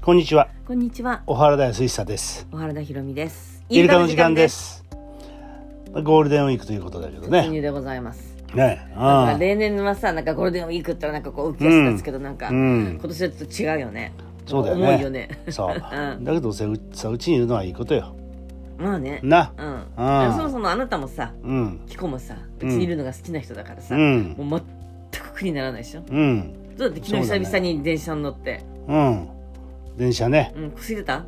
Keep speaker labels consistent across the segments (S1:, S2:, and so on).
S1: こんにちは
S2: こんにちは、
S1: 小原大水久です
S2: 小原田ひろみです。
S1: イルカの時間で。すゴールデンウィークということだけど
S2: 輸
S1: ね
S2: 入でございます。
S1: ね
S2: なんか
S1: あ
S2: 例年はさ、なんかゴールデンウィークってなんかこう浮き足立つけど、なんか、
S1: うん
S2: 今年はちょっと違うよね。
S1: そうだよね
S2: 重いよね。
S1: そう、
S2: ん
S1: だけどさうさうちにいるのはいいことよ
S2: まあね。
S1: な
S2: うん。
S1: あ
S2: そもそもあなたもさ、
S1: うん
S2: キコもさ、うちにいるのが好きな人だからさ、
S1: うん
S2: もう全く苦にならないでしょ。
S1: うん
S2: だって昨日
S1: そうだ
S2: 久
S1: ね
S2: 々に電車に乗って、
S1: うん電車ね
S2: うん、こすれた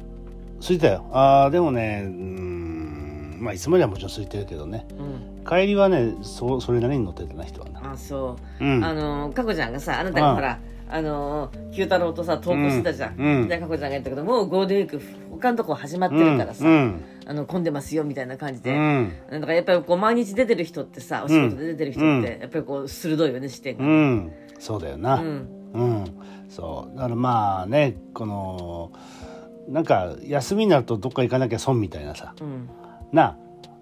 S1: 空いたよあーでもねうーんまあいつもよりはもちろん空いてるけどね
S2: うん。
S1: 帰りはねそそれなりに乗ってたな人はな
S2: あ、そう。
S1: うん
S2: あのかこちゃんがさあなたがほらあの九太郎とさ投稿してたじゃん、
S1: うんうん
S2: でかこちゃんが言ったけどもうゴールデンウィーク他のとこ始まってるからさ、
S1: うん
S2: あの混んでますよみたいな感じ
S1: う
S2: で、
S1: ん
S2: なんだからやっぱりこう毎日出てる人ってさお仕事で出てる人
S1: うん
S2: ってやっぱりこう鋭いよね視点
S1: う
S2: が。
S1: んそうだよな、
S2: うん
S1: うん、そうだからまあねこのなんか休みになるとどっか行かなきゃ損みたいなさ
S2: うん
S1: な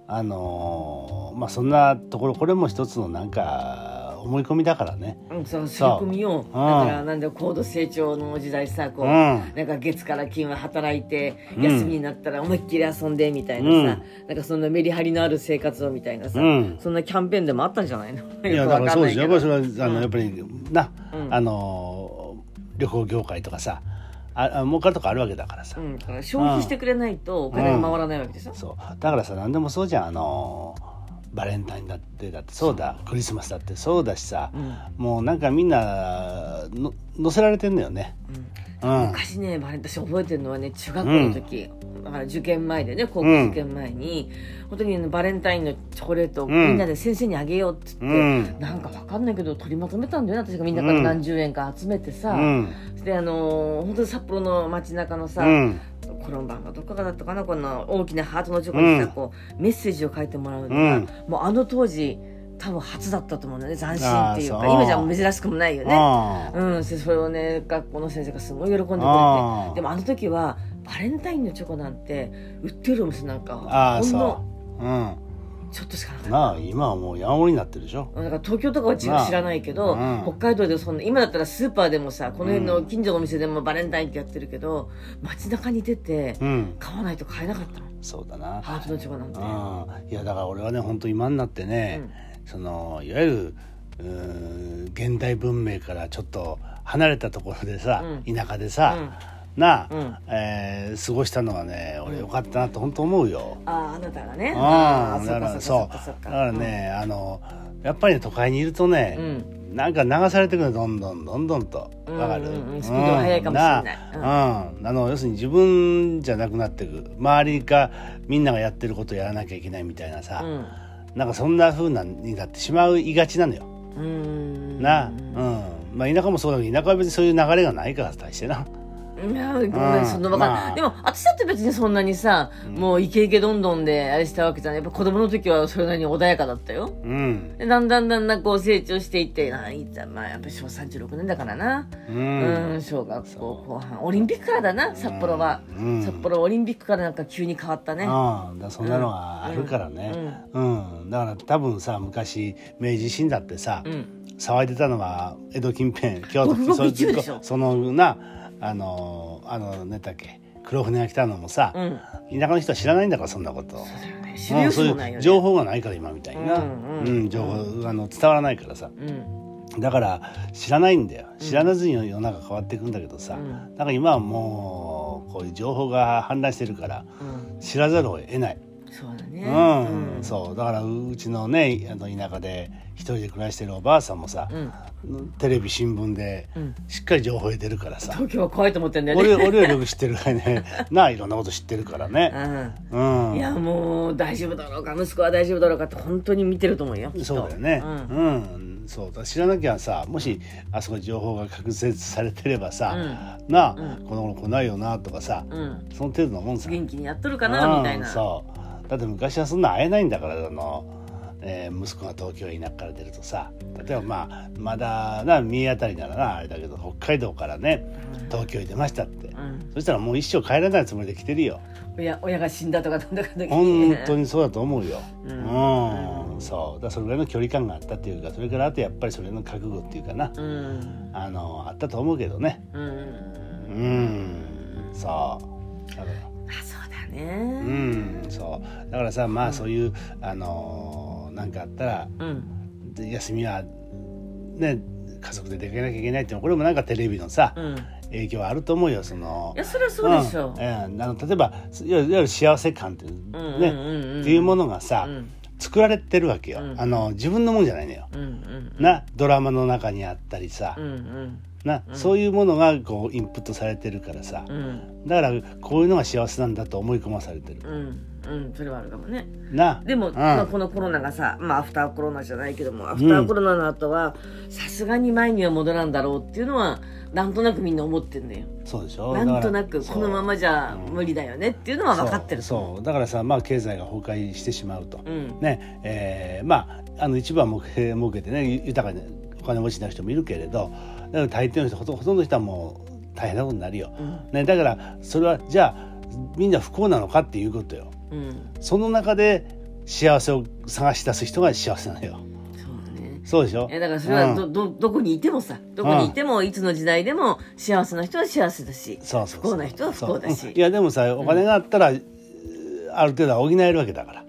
S1: あのーまあそんなところこれも一つのなんか思い込みだからね
S2: うん、そう刷り込みよだからなんだよ高度成長の時代さこう、
S1: うん
S2: なんか月から金は働いて
S1: うん
S2: 休みになったら思いっきり遊んでみたいなさ、
S1: うん
S2: なんかそんなメリハリのある生活をみたいなさ、
S1: うん
S2: そんなキャンペーンでもあったんじゃないの
S1: いや
S2: よく
S1: だか
S2: わ
S1: ら
S2: か
S1: そ
S2: ん
S1: う
S2: な
S1: で
S2: い
S1: す
S2: け
S1: よやっ
S2: ど
S1: ぱりそれはあのやっぱりな、
S2: うん
S1: あのー旅行業界とかさああ儲かるとかあるわけだからさ、
S2: うん、だから消費してくれないとお金が回らないわけでしょ、
S1: そうだからさ何でもそうじゃんあのーバレンタインだってだってそうだクリスマスだってそうだしさ、
S2: うん
S1: もうなんかみんなの乗せられてんだよね。うん。
S2: 昔ねバレン私覚えてるのはね中学校の時、だから受験前でね高校
S1: うん
S2: 受験前に、本当にあのバレンタインのチョコレートを
S1: うん
S2: みんなで先生にあげようって言って、
S1: うん
S2: なんかわかんないけど取りまとめたんだよな私がみんなから
S1: うん
S2: 何十円か集めてさ、
S1: うん。
S2: であのー本当に札幌の街中のさ、
S1: うん。
S2: コロンバンがどっかだったかなこの大きなハートのチョコにさ、
S1: うん
S2: こうメッセージを書いてもらうのが、
S1: うん
S2: もうあの当時多分初だったと思うんだよね斬新っていう
S1: あ
S2: か
S1: ーそう
S2: 今じゃもう珍しくもないよね。
S1: あ
S2: うん、そそれをね学校の先生がすごい喜んでくれて
S1: あー
S2: でもあの時はバレンタインのチョコなんて売ってるお店なんか
S1: あー
S2: ほん
S1: そ
S2: の
S1: う。うん。
S2: ちょっとしかなかった。
S1: なあ今はもう山盛りになってるでしょ。
S2: だから東京とかは違
S1: な
S2: う
S1: あ
S2: 知らないけど、
S1: うん
S2: 北海道でそんな今だったらスーパーでもさこの辺の近所のお店でもバレンタインってやってるけど、街中に出て
S1: うん。
S2: 買わないと買えなかったの
S1: そうだな。
S2: ハートのチョコなんて。
S1: うん。いやだから俺はね本当今になってね、そのいわゆるうーん現代文明からちょっと離れたところでさ、
S2: う
S1: 田舎でさ、なあ、
S2: うん
S1: えー過ごしたのはね俺よかったなと本当思うよ。
S2: あああなたがね
S1: あ
S2: ー
S1: あだから
S2: そ
S1: そ
S2: っかそっかそっ
S1: う
S2: か
S1: だからね、あのやっぱりね都会にいるとね、
S2: う
S1: なんか流されてくるのどんどんどんどんと
S2: うん
S1: わかる、
S2: うんうんスピードが速いかもしれな
S1: う
S2: い
S1: んなうんあの要するに自分じゃなくなってく周りがみんながやってることをやらなきゃいけないみたいなさ
S2: う、ん
S1: なんかそんな風なになってしまいがちなのよ、
S2: うん
S1: なうんまあ田舎もそうだけど田舎は別にそういう流れがないから大してな、
S2: いやごめんそんなわかん
S1: まあ
S2: でも私だって別にそんなにさ、もうイケイケどんどんであれしたわけじゃないやっぱ子供の時はそれなりに穏やかだったよ
S1: うん
S2: でだんだんだんだんこう成長していってないつまあやっぱり昭和36年だからな
S1: う
S2: うんん、小学校後半オリンピックからだな札幌は、
S1: うん
S2: 札幌オリンピックからなんか急に変わったね
S1: うん、だからそんなのがあるからね、うんだから多分さ昔明治維新だってさ、
S2: うん
S1: 騒いでたのは江戸近辺 京都
S2: ごくごく
S1: そう
S2: 一部でしょ
S1: そのなあのあの何だっけ黒船が来たのもさ、
S2: うん
S1: 田舎の人は知らないんだからそんなこと
S2: 知る
S1: う
S2: 由
S1: んそう
S2: もない
S1: い
S2: よ
S1: う
S2: ね
S1: 情報がないから今みたいな、
S2: うんうん
S1: 情報あの伝わらないからさ
S2: うん
S1: だから知らないんだよ知らなずに世の中変わっていくんだけどさ、
S2: うん
S1: だから今はもうこういう情報が氾濫してるから
S2: うん
S1: 知らざるを得ない。
S2: そうだね
S1: うんそうだからうちのねあの田舎で一人で暮らしてるおばあさんもさ、
S2: うん
S1: テレビ新聞で
S2: うん
S1: しっかり情報を得てるからさ、
S2: 東京は怖いと思ってんだよ
S1: 俺
S2: ね
S1: 俺よりよく知ってるから ねなあいろんなこと知ってるからね
S2: うん
S1: うん
S2: いやもう大丈夫だろうか息子は大丈夫だろうかって本当に見てると思うよきっと
S1: そうだよね
S2: うん
S1: うん、そうだ知らなきゃさもしあそこ情報が確絶されてればさ、なあ、この頃来ないよなとかさ、
S2: うん
S1: その程度のもんさ
S2: 元気にやっとるかなみたい
S1: うん
S2: な
S1: そうだって昔はそんな会えないんだからあの、えー息子が東京や田舎から出るとさ例えばまあまだな三重あたりならなあれだけど北海道からね東京に出ましたって、
S2: ん
S1: そしたらもう一生帰らないつもりで来てるよ
S2: 親親が死んだとかなんだかの時
S1: 本当
S2: に
S1: にそうだと思うよ、うんんそうだからそれぐらいの距離感があったっていうかそれからあとやっぱりそれの覚悟っていうかな、
S2: うん
S1: あのあったと思うけどね
S2: うん
S1: うんそうだから
S2: まあそうだ
S1: う
S2: ね
S1: んそうだからさまあそういうあのーなんかあったら
S2: うん
S1: で休みはね家族で出かけなきゃいけないってこれもなんかテレビのさ
S2: うんい
S1: 影響はあると思うよその
S2: やそれはそうでしょ
S1: んええあの例えばいわゆるいわゆる幸せ感って,、ね
S2: うんうんうんうん
S1: っていうものがさ、
S2: うん
S1: 作られてるわけよ、
S2: うん
S1: あの自分のもんじゃないのよ、
S2: うんうん
S1: なドラマの中にあったりさ、
S2: うんうん
S1: なそういうものがこうインプットされてるからさ、
S2: うん
S1: だからこういうのが幸せなんだと思い込まされてる、
S2: うんうんそれはあるかもね
S1: な
S2: でも、
S1: うん
S2: まあ、このコロナがさ、まあ、アフターコロナじゃないけどもアフターコロナの後はさすがに前には戻らんだろうっていうのはなんとなくみんな思ってんだよ
S1: そうでしょ
S2: なんとなく
S1: だから
S2: このままじゃ無理だよねっていうのは分かってる
S1: そうそうだからさまあ経済が崩壊してしまうと、
S2: うん
S1: ねえーまああの一番儲け儲けてねゆ豊かにお金持ちになる人もいるけれどだから大抵の人ほとほとんどの人はもう大変なことになるよ、
S2: うん
S1: ね、だからそれはじゃあみんな不幸なのかっていうことよ
S2: うん
S1: その中で幸せを探し出す人が幸せなのよ
S2: そうだね
S1: そうでしょ
S2: えだからそれはど,、
S1: うん
S2: どどこにいてもさどこにいてもいつの時代でも幸せな人は幸せだし
S1: そうそうそう
S2: 不幸な人は不幸だし
S1: そういやでもさお金があったら、ある程度は補えるわけだから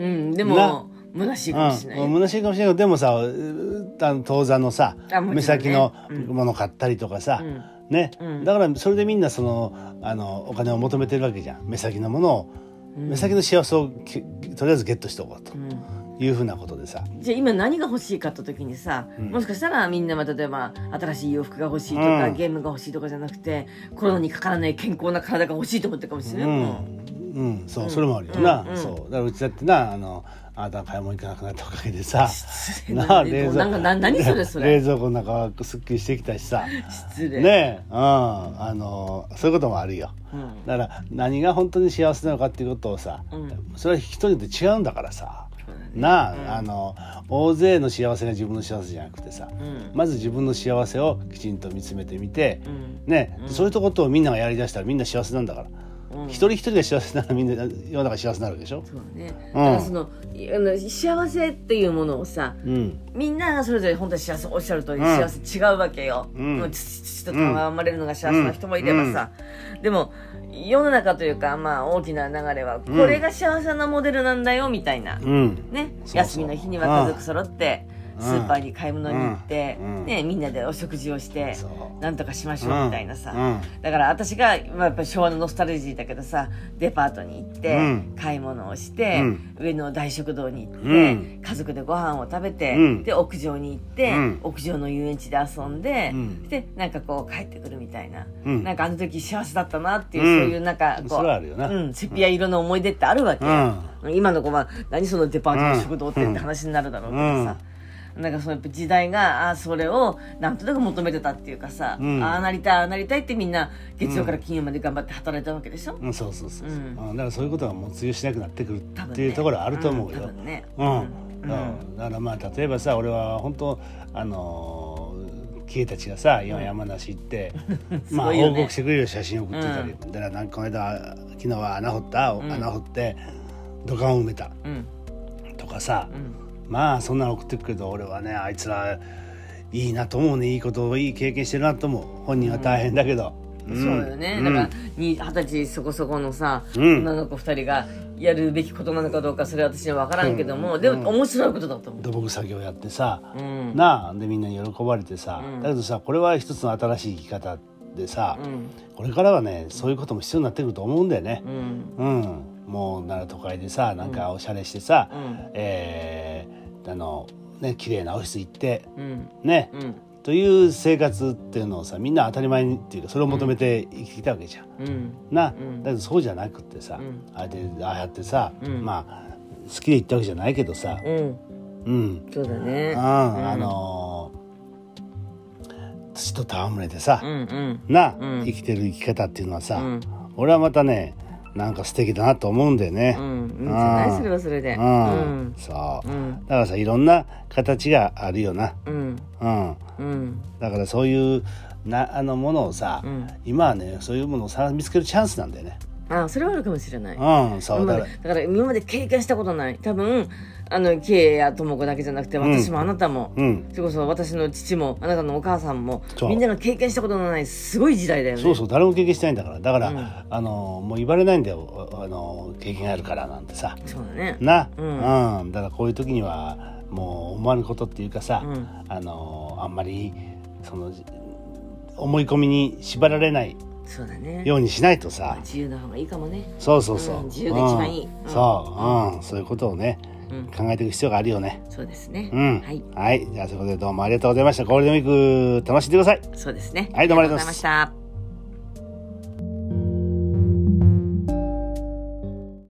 S2: うんで
S1: な
S2: も虚しいかもしれない、
S1: うん、虚しいかもしれないけどでもさうあの当座のさ、
S2: あも
S1: 目
S2: ちろんね
S1: 先の
S2: うん
S1: もの買ったりとかさ、
S2: うん
S1: ね、
S2: うん
S1: だからそれでみんなそのあのお金を求めてるわけじゃん目先のものを、目先の幸せをきとりあえずゲットしておこうと
S2: うん
S1: いうふうなことでさ、
S2: じゃあ今何が欲しいかって時にさ、もしかしたらみんなは例えば新しい洋服が欲しいとか、
S1: うん
S2: ゲームが欲しいとかじゃなくてコロナにかからない健康な体が欲しいと思ってるかもしれ
S1: う
S2: ない、も
S1: んうん、そう、それもあるよな、
S2: うんうん
S1: そうだからうちだってなあのあなたが買い物行かなくなったおかげでさ
S2: 失礼な冷蔵なんかな何それそれ
S1: 冷蔵庫の中はすっきりしてきたしさ
S2: う失礼、
S1: ねえ、うん、あのそういうこともあるよ
S2: うん
S1: だから何が本当に幸せなのかっていうことをさ、
S2: うん
S1: それは人によって違うんだからさ、
S2: そうだね
S1: なあ,、あの大勢の幸せが自分の幸せじゃなくてさ、
S2: ん
S1: まず自分の幸せをきちんと見つめてみて、
S2: うん
S1: ね、そういったことをみんながやりだしたらみんな幸せなんだから、
S2: うん
S1: 一人一人が幸せならみんな世の中幸せになるわけでしょ。
S2: そうだね、
S1: うん
S2: だからそのいあの幸せっていうものをさ
S1: うん
S2: みんながそれぞれ本当に幸せおっしゃる通り
S1: うん
S2: 幸せ違うわけよ、
S1: うん
S2: もう父父と戯れるのが幸せな人もいればさ、でも世の中というかまあ大きな流れはこれが幸せなモデルなんだよみたいな、
S1: うん
S2: ね
S1: そうそう
S2: 休みの日には家族揃って
S1: うん
S2: スーパーに買い物に行って、
S1: うん
S2: ね、みんなでお食事をして
S1: そう
S2: なんとかしましょうみたいなさ、
S1: うん
S2: だから私が、まあ、やっぱり昭和のノスタルジーだけどさデパートに行って、
S1: うん
S2: 買い物をして、
S1: うん
S2: 上の大食堂に行って、
S1: うん
S2: 家族でご飯を食べて、
S1: うん
S2: で屋上に行って、
S1: うん
S2: 屋上の遊園地で遊んで、
S1: うん
S2: でなんかこう帰ってくるみたいな、
S1: うん
S2: なんかあの時幸せだったなっていう、
S1: うん
S2: そういうなんかこ、
S1: そうれはあるよな
S2: うん、セピア色の思い出ってあるわけよ、今の子は何そのデパートの食堂ってって話になるだろうけどさ、なんかそうやっぱ時代があーそれをなんとなく求めてたっていうかさ、
S1: うん
S2: ああなりたいああなりたいってみんな月曜から金曜まで頑張って働いたわけでしょ、
S1: うん、そうそうそうそう、
S2: う
S1: うん
S2: ん
S1: だからそういうことがもう通用しなくなってくる
S2: 多分ね
S1: っていうところはあると思うよ、
S2: ん多分ね
S1: うん、
S2: う
S1: うんん、だからまあ例えばさ俺は本当あのー、キエたちがさ今山梨行って、
S2: ご
S1: まあ
S2: いよね
S1: 報告してくれるよ写真送ってたり、だからなんかこの間昨日は穴掘った、穴掘って土管を埋めた
S2: うん
S1: とかさ、
S2: うん
S1: まあそんなの送ってくけど俺はねあいつらいいなと思うねいいことをいい経験してるなと思う本人は大変だけど、ん
S2: そうだよね、
S1: うん
S2: だからに二十歳そこそこのさ、
S1: うん
S2: 女の子二人がやるべきことなのかどうかそれは私には分からんけども、でも面白いことだと思う、
S1: 土木作業やってさ、
S2: うん
S1: なあでみんなに喜ばれてさ、だけどさこれは一つの新しい生き方でさ、
S2: うん
S1: これからはねそういうことも必要になってくると思うんだよね
S2: う。ん
S1: うん、もうなら都会でさなんかおしゃれしてさ、
S2: うん
S1: えーあのね綺麗なオフィス行って
S2: うん
S1: ね、
S2: うん
S1: という生活っていうのをさみんな当たり前にっていうかそれを求めて生きてきたわけじゃん。
S2: うん
S1: な、
S2: ん
S1: だけどそうじゃなくってさ、
S2: ん
S1: ああやってああやってさ、
S2: ん
S1: まあ好きで行ったわけじゃないけどさ、
S2: うん
S1: うん、
S2: そうだね
S1: うん、あのー土と戯れてさ
S2: う、んうん
S1: な、生きてる生き方っていうのはさ、
S2: ん
S1: 俺はまたねなんか素敵だなと思うんだよね。
S2: うん、いいんじゃないそれはそれで。う
S1: うん
S2: ん、
S1: そう、
S2: うん
S1: だからさいろんな形があるよな、
S2: うん、
S1: うん、
S2: うん、
S1: だからそういうなあのものをさ、
S2: うん
S1: 今はねそういうものをさ見つけるチャンスなんだよね。
S2: あ、それはあるかもしれない。
S1: うん、そう
S2: 今ま
S1: だ
S2: で
S1: から
S2: だから今まで経験したことない多分あの経営や智子だけじゃなくて
S1: ん
S2: 私もあなたも、
S1: うん
S2: それこそ私の父もあなたのお母さんも
S1: そう
S2: みんなが経験したことのないすごい時代だよね
S1: そうそう誰も経験してないんだからだから、
S2: うん
S1: あのもう言われないんだよあの経験があるからなんてさ
S2: そうだね
S1: な、
S2: う
S1: うんだからこういう時にはもう思わぬことっていうかさ、
S2: うん
S1: あのあんまりその思い込みに縛られない
S2: そうだね
S1: ようにしないとさ、
S2: 自由な方がいいかもね
S1: そうそうそう、
S2: うん自由が一番いい
S1: うん
S2: うん
S1: そう、うん、そういうことをね、
S2: うん
S1: 考えていく必要があるよね
S2: そうですね、
S1: うん
S2: はい
S1: じゃあそういうことでどうもありがとうございましたゴールデンウィーク楽しんでください
S2: そうですね
S1: はいどうもありがとうございます
S2: ありがとうございました